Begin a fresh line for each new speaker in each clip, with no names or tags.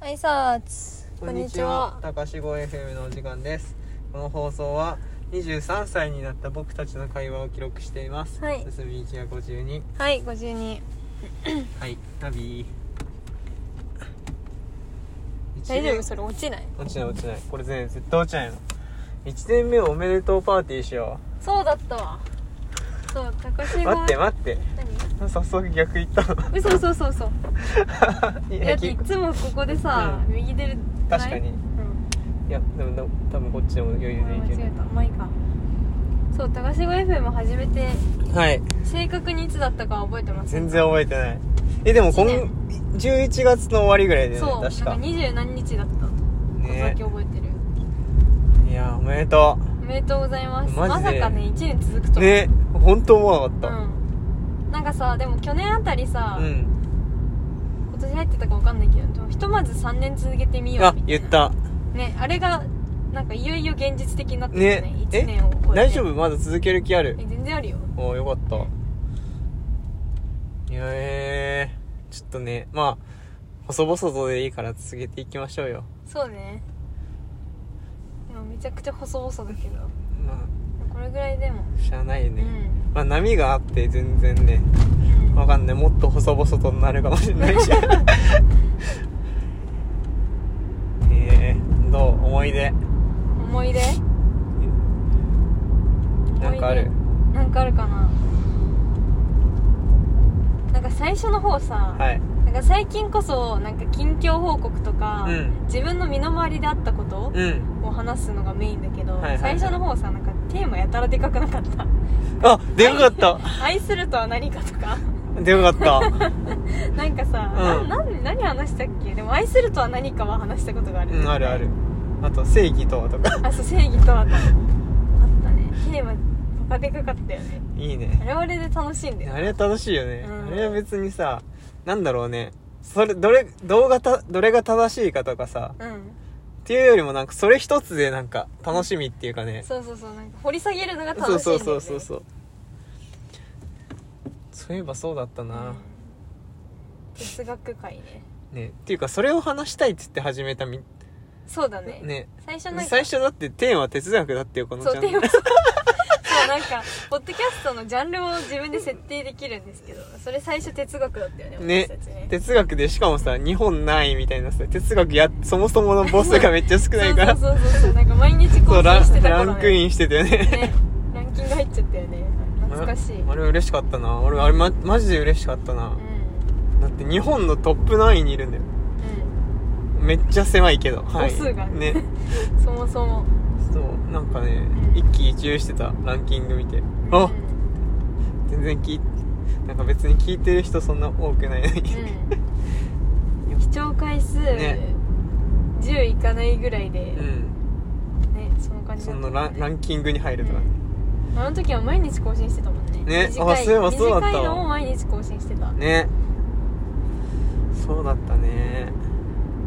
挨拶こんにちは
高志語 FM のお時間ですこの放送は23歳になった僕たちの会話を記録しています
はい
進み行きが52
はい52
はいナビ一
大
年
丈夫それ落ちない
落ちない落ちないこれ全然絶対落ちないの1年目おめでとうパーティーしよ
そうだったわそう高
う
志
待って待って
何
早速逆行ったの
嘘嘘嘘嘘
い
だっていつもここでさ、
う
右出る
確かに
うん
いやでもでも多分こっちでも余裕
あ
でい
間
け
違えたまあいいかそう高志語 FM 始めて
るはい
正確にいつだったかは覚えてます
全然覚えてないえでも今
一
11月の終わりぐらいでね
そうなん
確
か
か
二十何日だったことだ
ね
け覚えてる
いやおめでと
おめでとうございます
マ
ま
ジで
さかね1年続くと
う
は
ね本当思わな
う
かっ
んなんかさでも去年あたり
た
さ、
うん
今年入ってたか分かんないけどでもひとまず3年続けてみよう
あ
みたい
言
な
った
ねあれがなんかいよいよ現実的になってきたね
ね
1年を超えて
大丈夫まだ続ける気ある
え全然あるよ
おーよかったいやえー、ちょっとねまあ細々とでいいから続けていきましょうよ
そうねでもめちゃくちゃ細々だけど
ま
これぐらいでも、
あしゃあないよね、
うん
まあ波があって全然ね
うん
わかんないもっと細々となるかもしれな いしえー、どう思い出
思い出
なんかある
思い出なんかあるかななんか最初の方さ、
はい
なんか最近こそなんか近況報告とか、
うん
自分の身の回りであったこと
うん
を話すのがメインだけど、
はいはいはい
最初の方さなんかテーマやたらでかくなか った
あでかかった
愛するとは何かとか
でかかっ
なんかさ、
うん
ななん何話したっけでも愛するとは何かは話したことがあ
た
る、
うんあるあるあと正義とはとか
あそう正義とはとあったねテーマバカでかかったよね
いい
あ
ね
れはあれで楽しいんだよ
あれは楽しいよね、
うん
あれは別にさなんだろうねそれどれ動画たどれが正しいかとかさ
うん
っていうよりもなんかそれ一つでなんか楽しみっていうかね
そうそうそうなんか掘り下げるのが
そう
楽しいんだ
そ
よ、
う
ね、
そうそうそううそういえばそうだったな、
ん哲学会ね
ねっていうかそれを話したいっつって始めたみ
そうだね
ね
最初なんか
最初だってテーマは哲学だってよこのちゃ
そ
ん
うテーマそうなんかポッドキャストのジャンルを自分で設定できるんですけどそれ最初哲学だったよね
ね
私たちね
哲学でしかもさ日本ないみたいなさ哲学やそもそものボスがめっちゃ少ないから
そうそうそうそうなんか毎日更
そうラ
新して
ン
た
ラ
頃、ね、
ンクインしてたよね
ねランキング入っちゃったよね懐かしい、うん、
あれ嬉しかったな俺あれ、ま、マジで嬉しかったな、だって日本のトップ9位にいるんだよめっちゃ狭いけど、は
母
い、
数が
ね
うん、そもそも
そうなんかね一喜一憂してたランキング見て
うん
あ全然聞いなんか別に聞いてる人そんな多くないのに
うん視聴回数、
ね
10いかないぐらいで、
うん
ねその感じ
そ
だった
のランランキングに入るとかね
うんあの時は毎日更新してたもんね
ね
短い
あそういえばそうだったわ
短いのも毎日更新してた
ねそうだったね
楽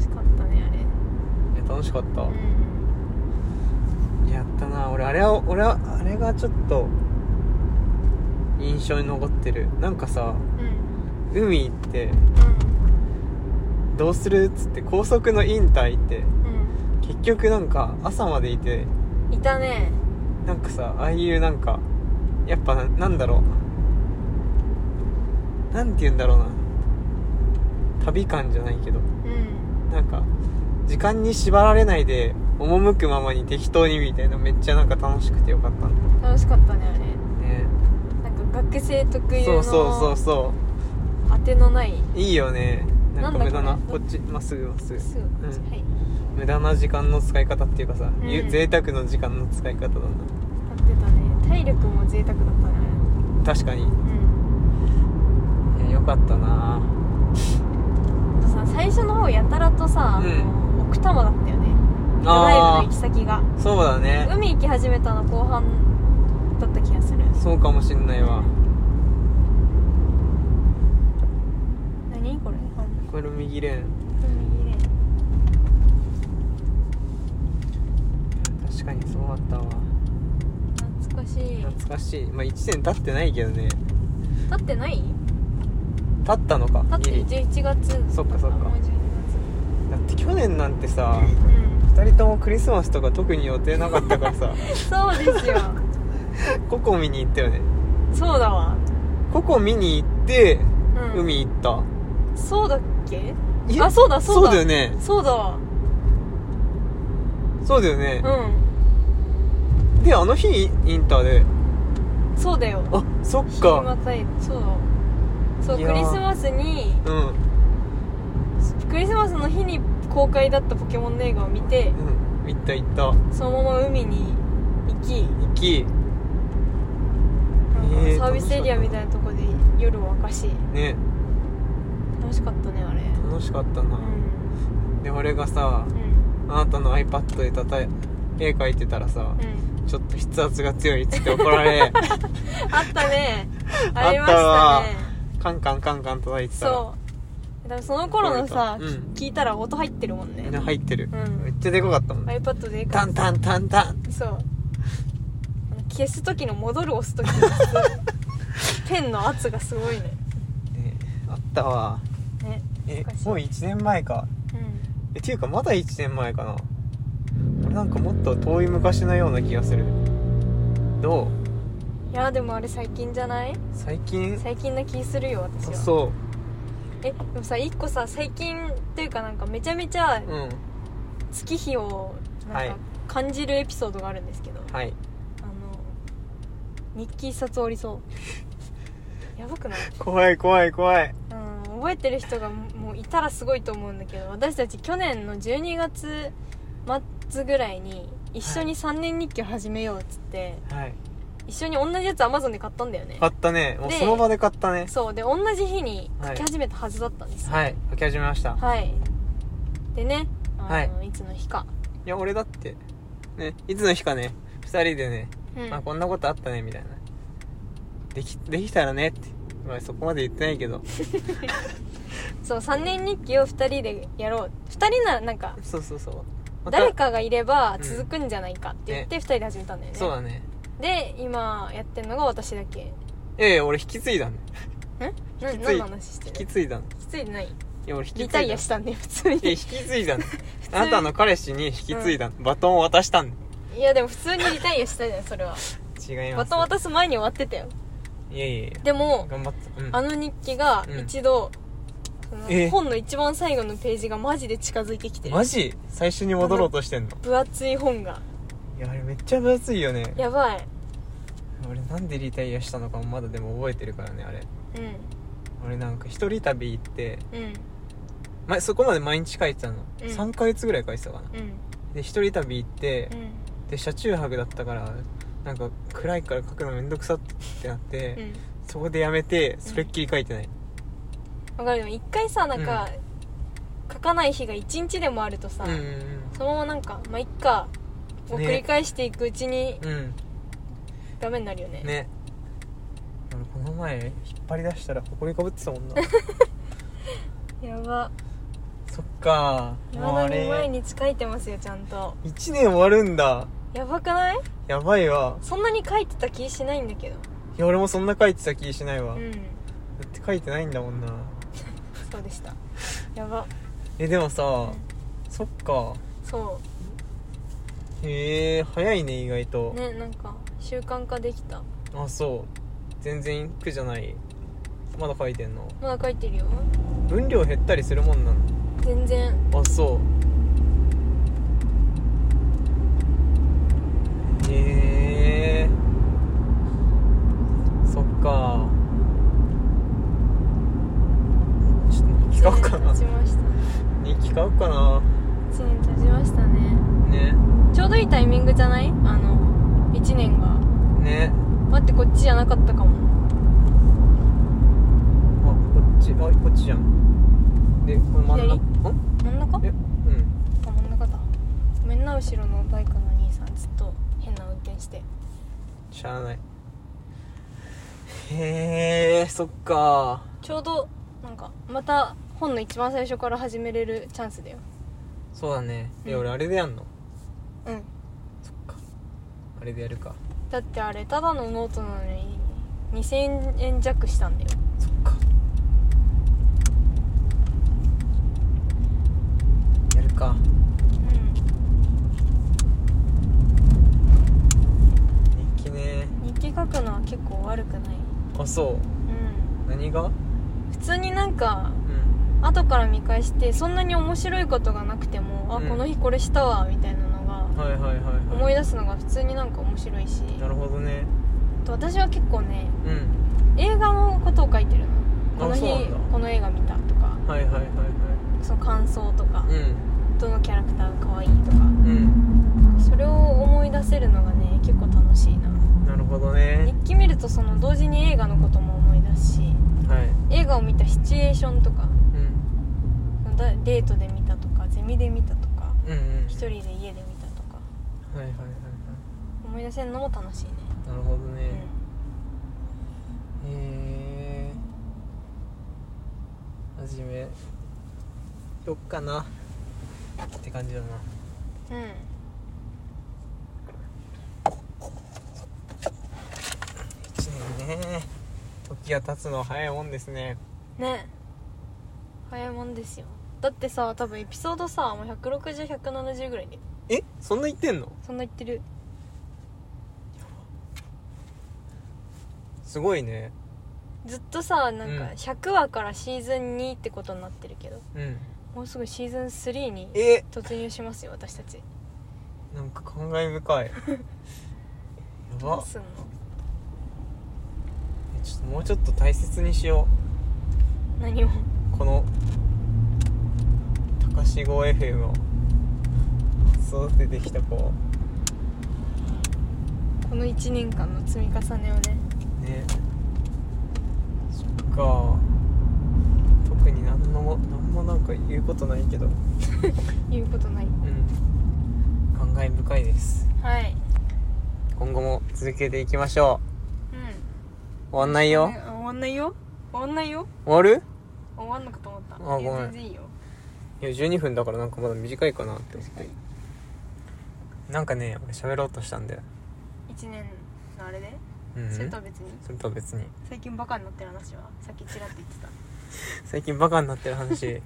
しかったね
いや楽しかった
あれうん
やったな俺あれは俺はあれがちょっと印象に残ってるなんかさ
うん
海行ってどうするっつって高速のインター行って
うん
結局なんか朝までいて
うんいたね
なんかさああいうなんかやっぱななんだろうなんて言うんだろうな旅感じゃないけど
うん
なんか時間に縛られないで赴くままに適当にみたいなめっちゃなんか楽しくてよかったんだ
楽しかったねあ
ね
れなんか学生特有
そ
の
うそうそうそ
当てのないう
いいよねなん
なん
か
だ
無駄な
こ
こ
れ
っちまっすぐまっすぐ
すぐこっち
うん
はい
無駄な時間の使い方っていうかさ、
うん
ゆ贅沢の時間の使い方だな
当てたね体力も贅沢だったね
確かにい
あれうん
やよかったな
あとさ最初の方やたらとさ、
うん
あの奥多摩だったよねドライブの行
あ
き先が
あそうだね
海行き始めたの後半だった気がする
そうかもしんないわ
何これ
これ右レーン
右レーン
確かにそうだったわ
懐かしい
懐かしいまあ1年経ってないけどね
立ってない
経ったのか
だって
ギリだ
11月
そっかそっか
もう12
って去年なんてさ
月
2人ともクリスマスとか特に予定なかったか らさ
うんそう ですよ
ココ見に行ったよね
そうだわ
ココ見に行って
うん
海行った、
そうだっけ
え
あそうだそうだ
そうだよね
そうだわ
そうだよね、
う
であの日インターで
んそうだよ
あそっ
日ま
か
たいそうだわそう
い
ク
やー
リスマスに
うん
クリスマスの日に公開だったポケモンの映画を見て
うん行った行った
そのまま海に行き
行き
なんか
えー
サービスエリアみたいなとこで夜を明かし
ね
楽しかったねあれ
楽しかったな
う、ん
で俺がさ
うん
あなたの iPad でたた絵描いてたらさ、
うん
ちょっと筆圧が強いっつって怒 られ
あった ね
あ
あ
っ
り
た
ま
わ
したね
カンカンカンカン叩いてたら
そうだからその頃のさ、
うん
聞いたら音入ってるもんね
みんな入ってる、
うん
めっちゃでかかったもん、
iPad で
タンタンタンタン
そうあの消す時の戻る押す時 のさペンの圧がすごいね
ねあったわ
ね
え
懐かしい
もう1年前か
うん
えっていうかまだ1年前かな俺なんかもっと遠い昔のような気がするどう
いやでもあれ最近じゃない
最近
最近な気するよ私は
そ
えでもさ一個さ最近っていうかなんかめちゃめちゃ
ううん
月日をな
は
ん
い
か感じるエピソードがあるんですけど、
はい
あの日記一冊折りそう やばくない
怖い怖い怖い
うん覚えてる人がももういたらすごいと思うんだけど私たち去年の12月末ぐらいに一緒に3年日記を始めようっつって、
はい
一緒に同じやつ Amazon で買ったんだよね
買ったねもう
で
その場で買ったね
そうで同じ日に書き始めたはずだったんですよ
はい書き始めました
はい、でねあの、、
はい
つの日か、
いや俺だってねいつの日かね2人でね、
うん
あこんなことあったねみたいなできできたらねってまあそこまで言ってないけど
そう3年日記を2人でやろう2人ならなんか
そうそうそうまた
誰かがいれば続くんじゃないかって言って2人で始めたんだよね
そうだね
で今やってるのが私だけ
ええ俺引き継いだね
な
きつい
何の話して
引
る
き継いだの
きついない
いや俺引き継い
リ
だ
タイアしたんだ よ普通
え引
に
き継いだの
通に
あなたの彼氏に引き継いだの、バトンを渡したん
いやでも普通にリタイアしたじゃんそれは
違 いま
バ
す
トン渡す前に終わってたよ
いやいやい
で
や
も
頑張った、うん、
あの日記が
うん
一度、その
え
本の一番最後のページがマジで近づいてきてる
マジ最初に戻ろうとしてんの
分厚い本が
いやあれめっちゃ分厚いよね
やばい
俺なんでリタイアしたのかもまだでも覚えてるからねあれ
う
俺なんか一人旅行って、
んうん
ま、そこまで毎日書いてたの、
うん
3ヶ月ぐらい書いてたかな
うん
で一人旅行って
う、ん
で車中泊だったからなんか暗いから書くのめんどくさってなって、
うん
そこでやめてそれっきり書いてない、
わかるでも一回さなんか、書かない日が一日でもあるとさ、
うん
そのままなんかまあいっかを
ね
繰り返していくうちに
うんうん
ダメになるよね
ね俺この前引っ張り出したら埃かぶってたも んな
やば
そっか
い
もう
ま
あ
だに毎
れ
日書いてますよちゃんと
1年終わるんだ
やばくない
やばいわ
そんなに書いてた気しないんだけど
いや俺もそんな書いてた気しないわ、
う
だ
ん
って書いてないんだもんな
そうで したやば
えでもさ、そっか
そ
へえ早いね意外と、
うねなんか習慣化できた
あそう全然苦じゃないまだ書いてんの
まだ書いてるよ
分量減ったりするもんなの
全然
あそうへえそっかちょっと日記買おうかな
1年経ちました
日記買おうかな
1年経ちましたね
ね
ちょうどいいタイミングじゃないあの1年が
ね
待ってこっちじゃなかったかも
あこっちあこっちじゃんでこの真ん中ん
真ん中
えうん
あ真ん中だごめんな後ろのバイクの兄さんずっと変な運転して
しゃあないへえそっか
ちょうどなんかまた本の一番最初から始めれるチャンスだよ
そうだねえ、
うん
俺あれでやんの
うん
そっかあれでやるか
だってあれただのノートなのに2000円弱したんだよ
そっかそううん何が
普通になんか
うん
後から見返してそんなに面白いことがなくても、
うん
あこの日これしたわみたいなのが
はいはいはいはい
思い出すのが普通になんか面白いし
なるほどね
あと私は結構ね
うん
映画のことを書いてるのこの日
そうなんだ
この映画見たとか
はいはいはいは
その感想とか、
いうん
どのキャラクターが可愛いとか
うん
それを思い出せるのがね結構楽しいな
なるほど
日
ね
記見るとその同時に映画のことも思い出すし
はい
映画を見たシチュエーションとか
うん
だデートで見たとかゼミで見たとか
うんうん
一人で家で見たとか
はいはいはいはい
思い出せるのも楽しいね、
なるほど
うん
ねへえはじめよっかなって感じだな
うん
一年ね時が経つのは早いもんですね
ね早いもんですよだってさ多分エピソードさもう160170ぐらいで
えそんな言ってんの
そんな言ってる
すごいね
ずっとさなんか
うん
100話からシーズン2ってことになってるけど、
うん
もうすぐシーズン3に
え
突入しますよ私たち
なんか感慨深 いや
どう
ば
すんの
えちょっともうちょっと大切にしよ
何を
うこの高志号 FM を育ててきた子を
この1年間の積み重ねをね
ねそっか特に何のも何もなんか言うことないけど
言うことない
うん感慨深いです
はい
今後も続けていきましょ
うん
う終わんないよ
ね終わんないよ終わんないよ
終わる
終わんのかと思った
あごめん
いや全然いいよ
いや12分だからなんかまだ短いかなって思ってなんかね俺喋ろうとしたんだよ
1年のあれで、
うん
それとは別に
それとは別に
最近バカになってる話はさっきちらっと言って た、
最近バカになってる話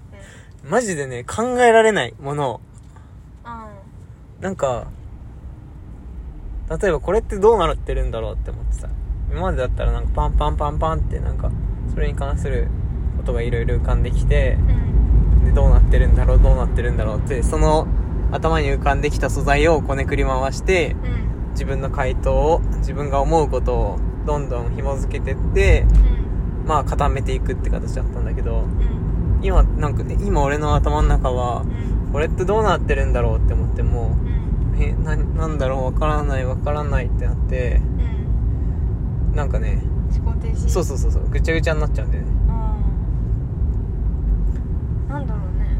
うん、
マジでね考えられないものを
あ
なんか例えばこれってどうなってるんだろうって思ってさ今までだったらなんかパンパンパンパンってなんかそれに関することがいろいろ浮かんできて
ーうん
でどうなってるんだろうどうなってるんだろうってその頭に浮かんできた素材をこねくり回して
うん
自分の回答を自分が思うことをどんどん紐付けてってまあ固めていくって形だったんだけど
うんうん
今なんか今俺の頭の中は
うん
これってどうなってるんだろうって思っても
うん
えななんだろうわからないわからないってなって
うん
なんかね
思考停止
そうそうそうそうぐちゃぐちゃになっちゃうんだよね
うんなんだろうね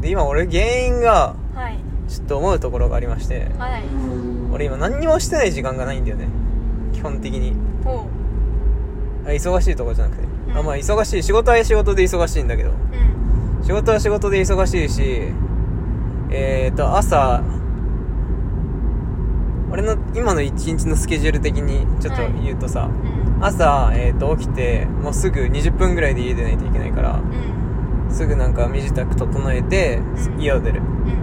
で今俺原因が
はい
ちょっと思うところがありまして
はい
俺今何にもしてない時間がないんだよね基本的に
おう
あ忙しいところじゃなくて、
ん
あまあ忙しい仕事は仕事で忙しいんだけど
うん
仕事は仕事で忙しいしえっ、ー、と朝俺の今の一日のスケジュール的にちょっと言うとさ、
うん
朝、えー、と起きてもうすぐ20分ぐらいで家出ないといけないから
うん
すぐなんか身支度整えてす
うん
家を出る
うん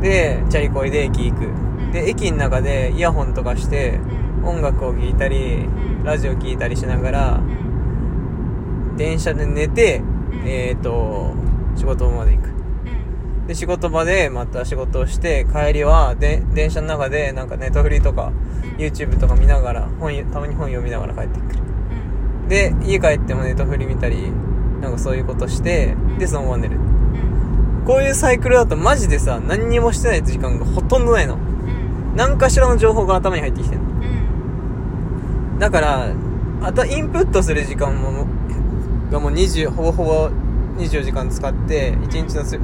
でチャリこいで駅行く、
ん
で駅の中でイヤホンとかして
うん
音楽を聴いたり
ん
ラジオ聴いたりしながら
うん
電車で寝て、
ん
えっ、と仕事場まで行く
うん
で仕事場でまた仕事をして帰りはで電車の中でなんかネットフリとか YouTube とか見ながら本たまに本読みながら帰ってくる
うん
で家帰ってもネットフリ見たりなんかそういうことしてでそのまま寝る
うん
こういうサイクルだとマジでさ何にもしてない時間がほとんどないの
うん
何かしらの情報が頭に入ってきてるの
うん
だからあとインプットする時間もがもう20ほぼほぼ24時間使って1日のす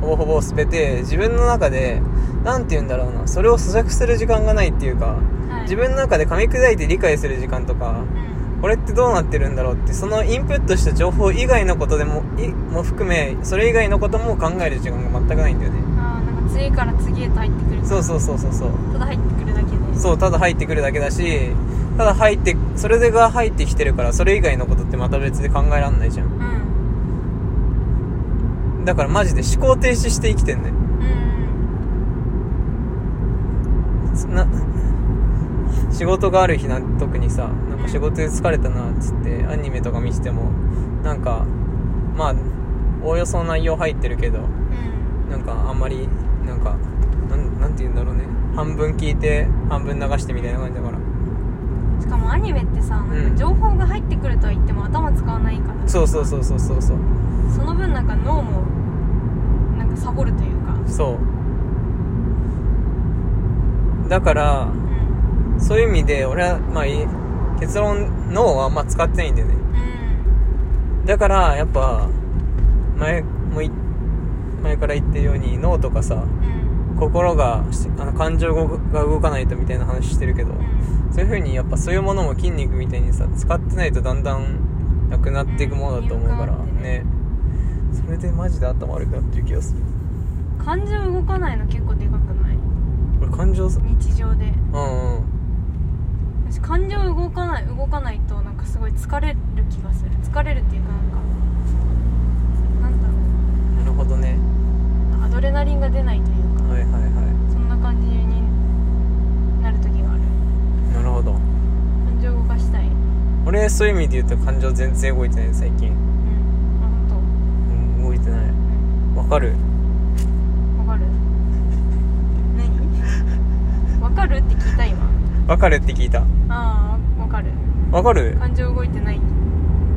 ほぼほぼすべて自分の中で何て言うんだろうなそれを咀嚼する時間がないっていうか
はい
自分の中で噛み砕いて理解する時間とか
うん
これってどうなってるんだろうってそのインプットした情報以外のことでもいも含めそれ以外のことも考える時間が全くないんだよね
あーなんか次から次へと入ってくる
そうそうそうそうそう
ただ入ってくるだけで
そうただ入ってくるだけだしただ入ってそれが入ってきてるからそれ以外のことってまた別で考えらんないじゃん
うん
だからマジで思考停止して生きてんね
うん
な思仕事がある日なん特にさなんか仕事で疲れたなっつってアニメとか見ててもなんかまあおおよその内容入ってるけど
うん
なんかあんまりなんかなんなんて言うんだろうね半分聞いて半分流してみたいな感じだから
しかもアニメってさなん
うん
か情報が入ってくるとは言っても頭使わないから、
そうそうそうそうそうそう
その分なんか脳もなんかサボるというか
そうだから
うん
そういう意味で俺はまあいい結論脳はあんま使ってないんだよね
うん
だからやっぱ前もい前から言ってるように脳とかさ
うん
心がしあの感情が動かないとみたいな話してるけど、
うん
そういう風にやっぱそういうものも筋肉みたいにさ使ってないとだんだんなくなっていくものだと思うか
う
ら、
ん
ねそれでマジで頭悪くなってる気がする
感情動かないの結構でかくない
俺感情さ
日常で
うんうん
私感情動かない動かないとなんかすごい疲れる気がする疲れるっていうかなんかなんだろ
なるほどね
うアドレナリンが出ないというか
はいはいは
そんな感じになる時がある
いなるほど
感情動かしたいうん
俺そういう意味で言うと感情全然動いてない最近、
あ本
うん、動いてない
当うん
わかる
わかる何わかるって聞いた今
わかるって聞いた
ああわかる
わかる
感情動いてない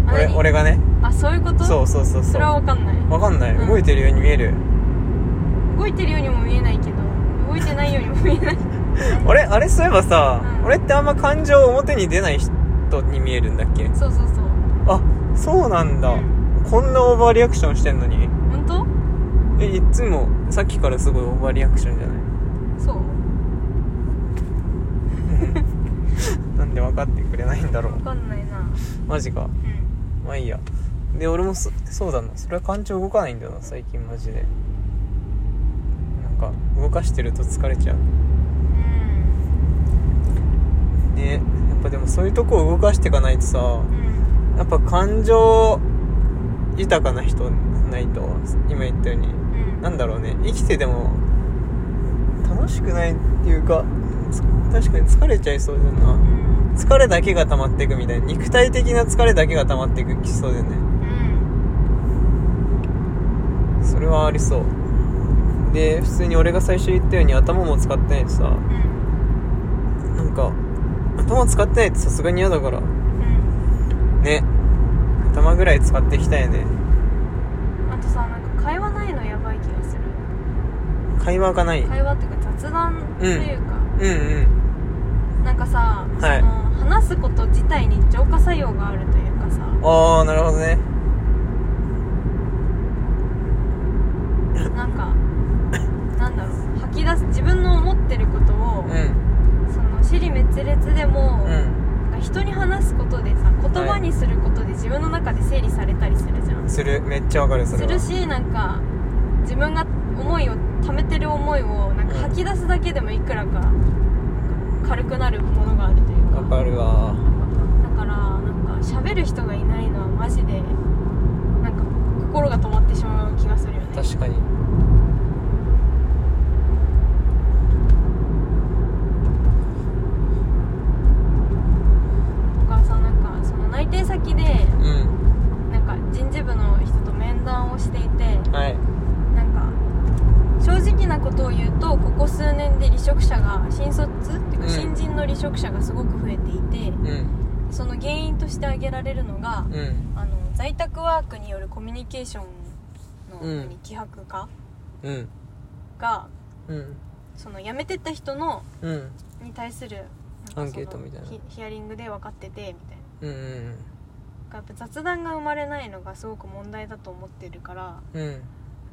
あ
俺
何
俺がね
あそういうこと
そうそうそうそ
それは
う
わかんない
わかんない、
うん
動いてるように見える
動いてるようにも見えないけど動いてないようにも見えない
俺あれそういえばさ、
うん
俺ってあんま感情表に出ない人に見えるんだっけ
そうそうそう
あそうなんだ、
う
こんなオーバーリアクションしてんのに
本当
えいつもさっきからすごいオーバーリアクションじゃない
そう
なんで分かってくれないんだろう
分かんないな
マジか
うん
まあいいやで俺もそそうだなそれは感情動かないんだよな最近マジでなんか動かしてると疲れちゃう
うん
ねやっぱでもそういうとこを動かしていかないとさ
うん
やっぱ感情豊かな人ないと今言ったように
うん
なんだろうね生きてでも楽しくないっていうかつ確かに疲れちゃいそうだ
う
なん疲れだけが溜まっていくみたいな肉体的な疲れだけが溜まっていくきそうだよね
うん
それはありそうで普通に俺が最初言ったように頭も使ってないとさ
うん
なんか頭使ってないとさすがに嫌だから
うん
ね頭ぐらい使っていきたいよね
あとさなんか会話ないのやばい気がする
会話がないうん
会話っていうか雑談っていうか、
うん
なんかさ、
はい
その話すこと自体に浄化作用があるというかさ
ああなるほどね
なんかなんだろう吐き出す自分の思ってることを、
うん
その尻滅裂でも、
う
なんか人に話すことでさ言葉にすることで自分の中で整理されたりするじゃん、
んするめっちゃわかるそれ
す
は
るしなんか自分が思いを溜めてる思いをなんか
うん
吐き出すだけでもいくらかなんか軽くなるものがあるというか
わかる
だ
わ
からなんか喋る人がいないのはマジでなんか心が止まってしまう気がするよね
確かに
とかさなんかその内定先で
うん
なんか人事部の人と面談をしていて
はい
なんか正直なことを言うとここ数年で離職者が新卒っていう
う
か
ん
新人の離職者がすごく増えていて、
うん
その原因として挙げられるのが、
うん
あの在宅ワークによるコミュニケーションの
うん
何希薄化
うん
が
うん
その辞めてった人の
うん
に対するなんかその
アンケートみたいな
ヒヒアリングで分かっててみたいな。
うんうん
やっぱ雑談が生まれないのがすごく問題だと思ってるから
うんうん
なん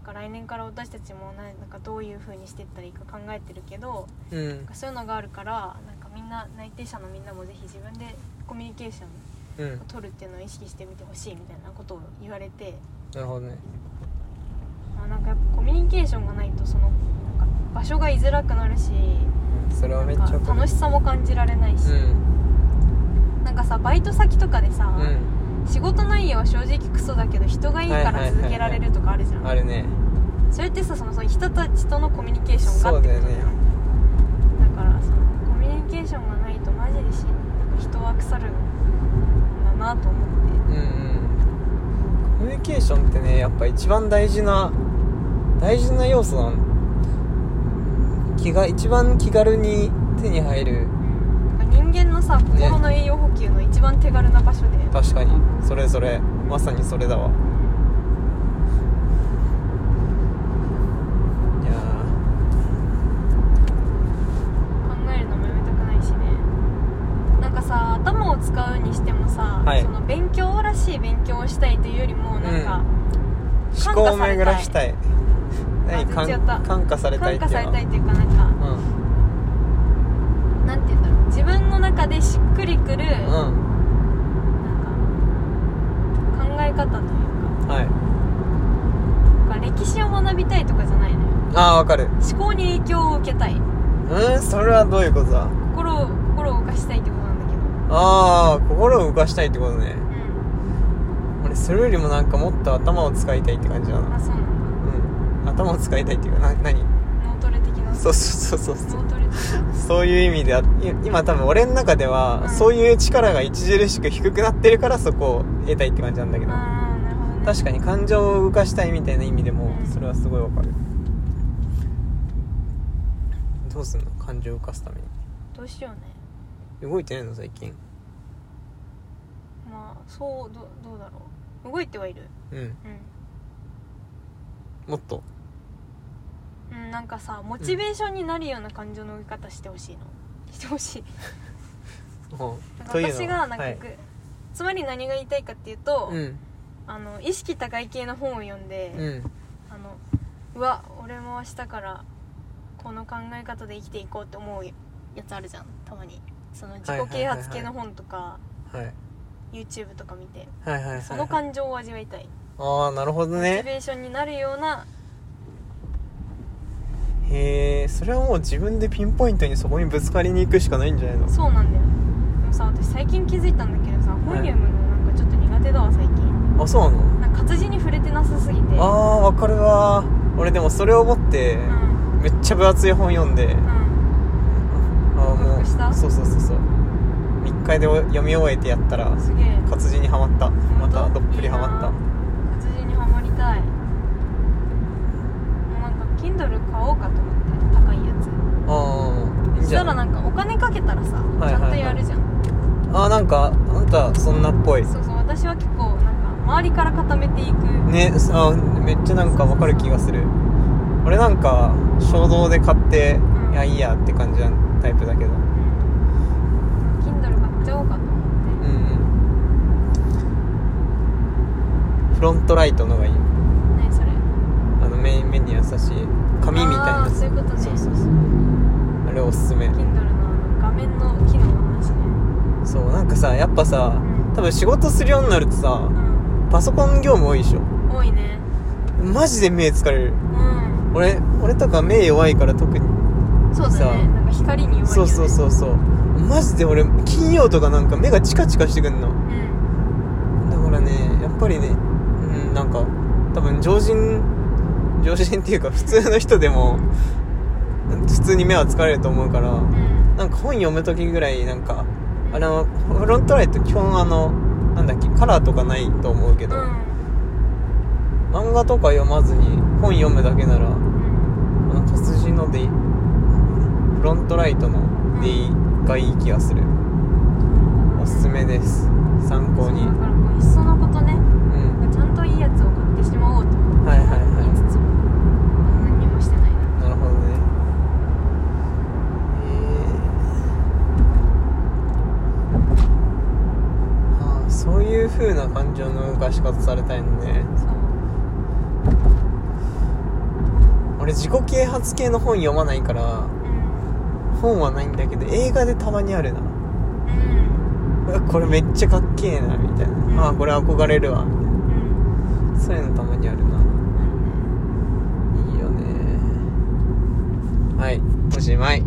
か来年から私たちもななんかどういう風にしていったらいいか考えてるけど
うん
そういうのがあるからなんかみんな内定者のみんなもぜひ自分でコミュニケーション
う
を
ん
取るっていうのを意識してみてほしいみたいなことを言われて、
なるほどね
まあ、なんかやっぱコミュニケーションがないとそのなんか場所が居づらくなるし
それは
な
め
ん
っ
か
ちゃわかる
楽しさも感じられないし、
うん
なんかさバイト先とかでさ、
うん
仕事内容は正直クソだけど人がいいから続けられるとかあるじゃん、
あるね
それってさそのその人と人のコミュニケーションが
そ
っ
う
て
だ
こ
よ
とだ
ね
よだからそのコミュニケーションがないとマジでしなんか人は腐るんだなと思って
うんうんコミュニケーションってねやっぱ一番大事な大事な要素なの気が一番気軽に手に入る
なんか人間のさ心の栄養補給の一番手軽な場所で、
確かにそれそれまさにそれだわ
考
いや
えるのもやめたくないしねなんかさ頭を使うにしてもさ、
はい
その勉強らしい勉強をしたいというよりもなんか、
ー
感
思
化
考を巡らしたい何
あ全然違った
感感化されたい
感
ってい
化
うの
され
は
たいっていうかなんかなんて言うんだろう自分の中でしっくりくる、なんか
うんうん
考え方という
はい
かなんか歴史を学びたいとかじゃないのよ
ああわかる
思考に影響を受けたい
うんそれはどういうことだ
心を心を動かしたいってことなんだけど
ああ心を動かしたいってことね
うん
俺それよりもなんかもっと頭を使いたいって感じだな
あそうなん
うん頭を使いたいっていうかな何
だ脳トレ的な
そうそうそうそう
脳トレ的な
そういう意味であい今多分俺の中では、
うん
そういう力が著しく低くなってるからそこを得たいって感じなんだけど
ああなるほどね
確かに感情を動かしたいみたいな意味でも
うん
それはすごいわかるどうすんの感情を動かすために
どうしようね
動いてないの最近
まあそうどどうだろう動いてはいる
うん
う
もっと
ん、うん、なんかさモチベーションになるような感情の動き方してほしいのしてほしい
も
なん
う
か
というの
私がなんか、
はい
ぐつまり何が言いたいかっていうと、
うん
あの意識高い系の本を読んで、
うん
あのうわ俺も明日からこの考え方で生きていこうって思うやつあるじゃんたまにその自己啓発系の本とか、
はい
YouTube とか見て
はいはいはい
その感情を味わいたい、
ああなるほど
モチ
ね
ベーションになるような
へえそれはもう自分でピンポイントにそこにぶつかりに行くしかないんじゃないの
そうなんだよでもさ私最近気づいたんだけどさ本読むのなんかちょっと苦手だわ最近
あそうなの
なんか活字に触れてなさすぎて
あーわかるわー俺でもそれを思って
うんうん
めっちゃ分厚い本読んでああも
克服した
うそうそうそうそう3日で読み終えてやったら
すげえ
活字にはまったま
本当
たどっぷりはまった
いいな活字にはまりたいもうなんか Kindle 買おうかと思って高いやつ
あ
そし
あいいんじゃ
たらな
ない
んかお金かけたらさ、
いはい
ちゃ
はい
んとやるじゃん
あーなんかあんたそんなっぽい
そうそう私は結構なんか周りから固めていく、
ねあーめっちゃなんかわかる気がする俺なんか衝動で買って、
うん
いやいいやって感じなタイプだけど
うん Kindle 買っちゃおうかと思って、
フロントライトのがいい
何それ
あの目目に優しい紙みたいな
あーそういうことね
そうそうそうあれおすすめ
Kindle のあの画面の機能の話ね
そうなんかさやっぱさ
うん
多分仕事するようになるとさ
う
パソコン業務多いでしょ
ん多いね
マジで目疲れる
うん
俺俺とか目弱いから特に
そう
さ
だ
あ
ねなんか光に弱いよ、ね、
そうそうそうそうマジで俺金曜とかなんか目がチカチカしてくんの
うん
だからねやっぱりねうんなんか多分常人常人っていうか普通の人でも普通に目は疲れると思うから
うん
なんか本読む時ぐらいなんかあのフロントライト基本あのなんだっけカラーとかないと思うけど、
うん
漫画とか読まずに本読むだけならあ
うん
の活字のでいいフロントライトのでいいがいい気がするおすすめです参考に
そうだからもういっそのことね
うん
ちゃんといいやつを買ってしまおうと言い
はいはいはい
つつも何にもしてないな
なるほどねえーはあそういう風な感情の動かし方されたいのね
そう
俺自己啓発系の本読まないか
う
ら
ん
本はないんだけど映画でたまにあるな
うん
うわこれめっちゃかっけえなみたいな、
うん
ああこれ憧れるわみ
うん
たいなそういうのたまにあるな
なんで
いいよねはいおしまい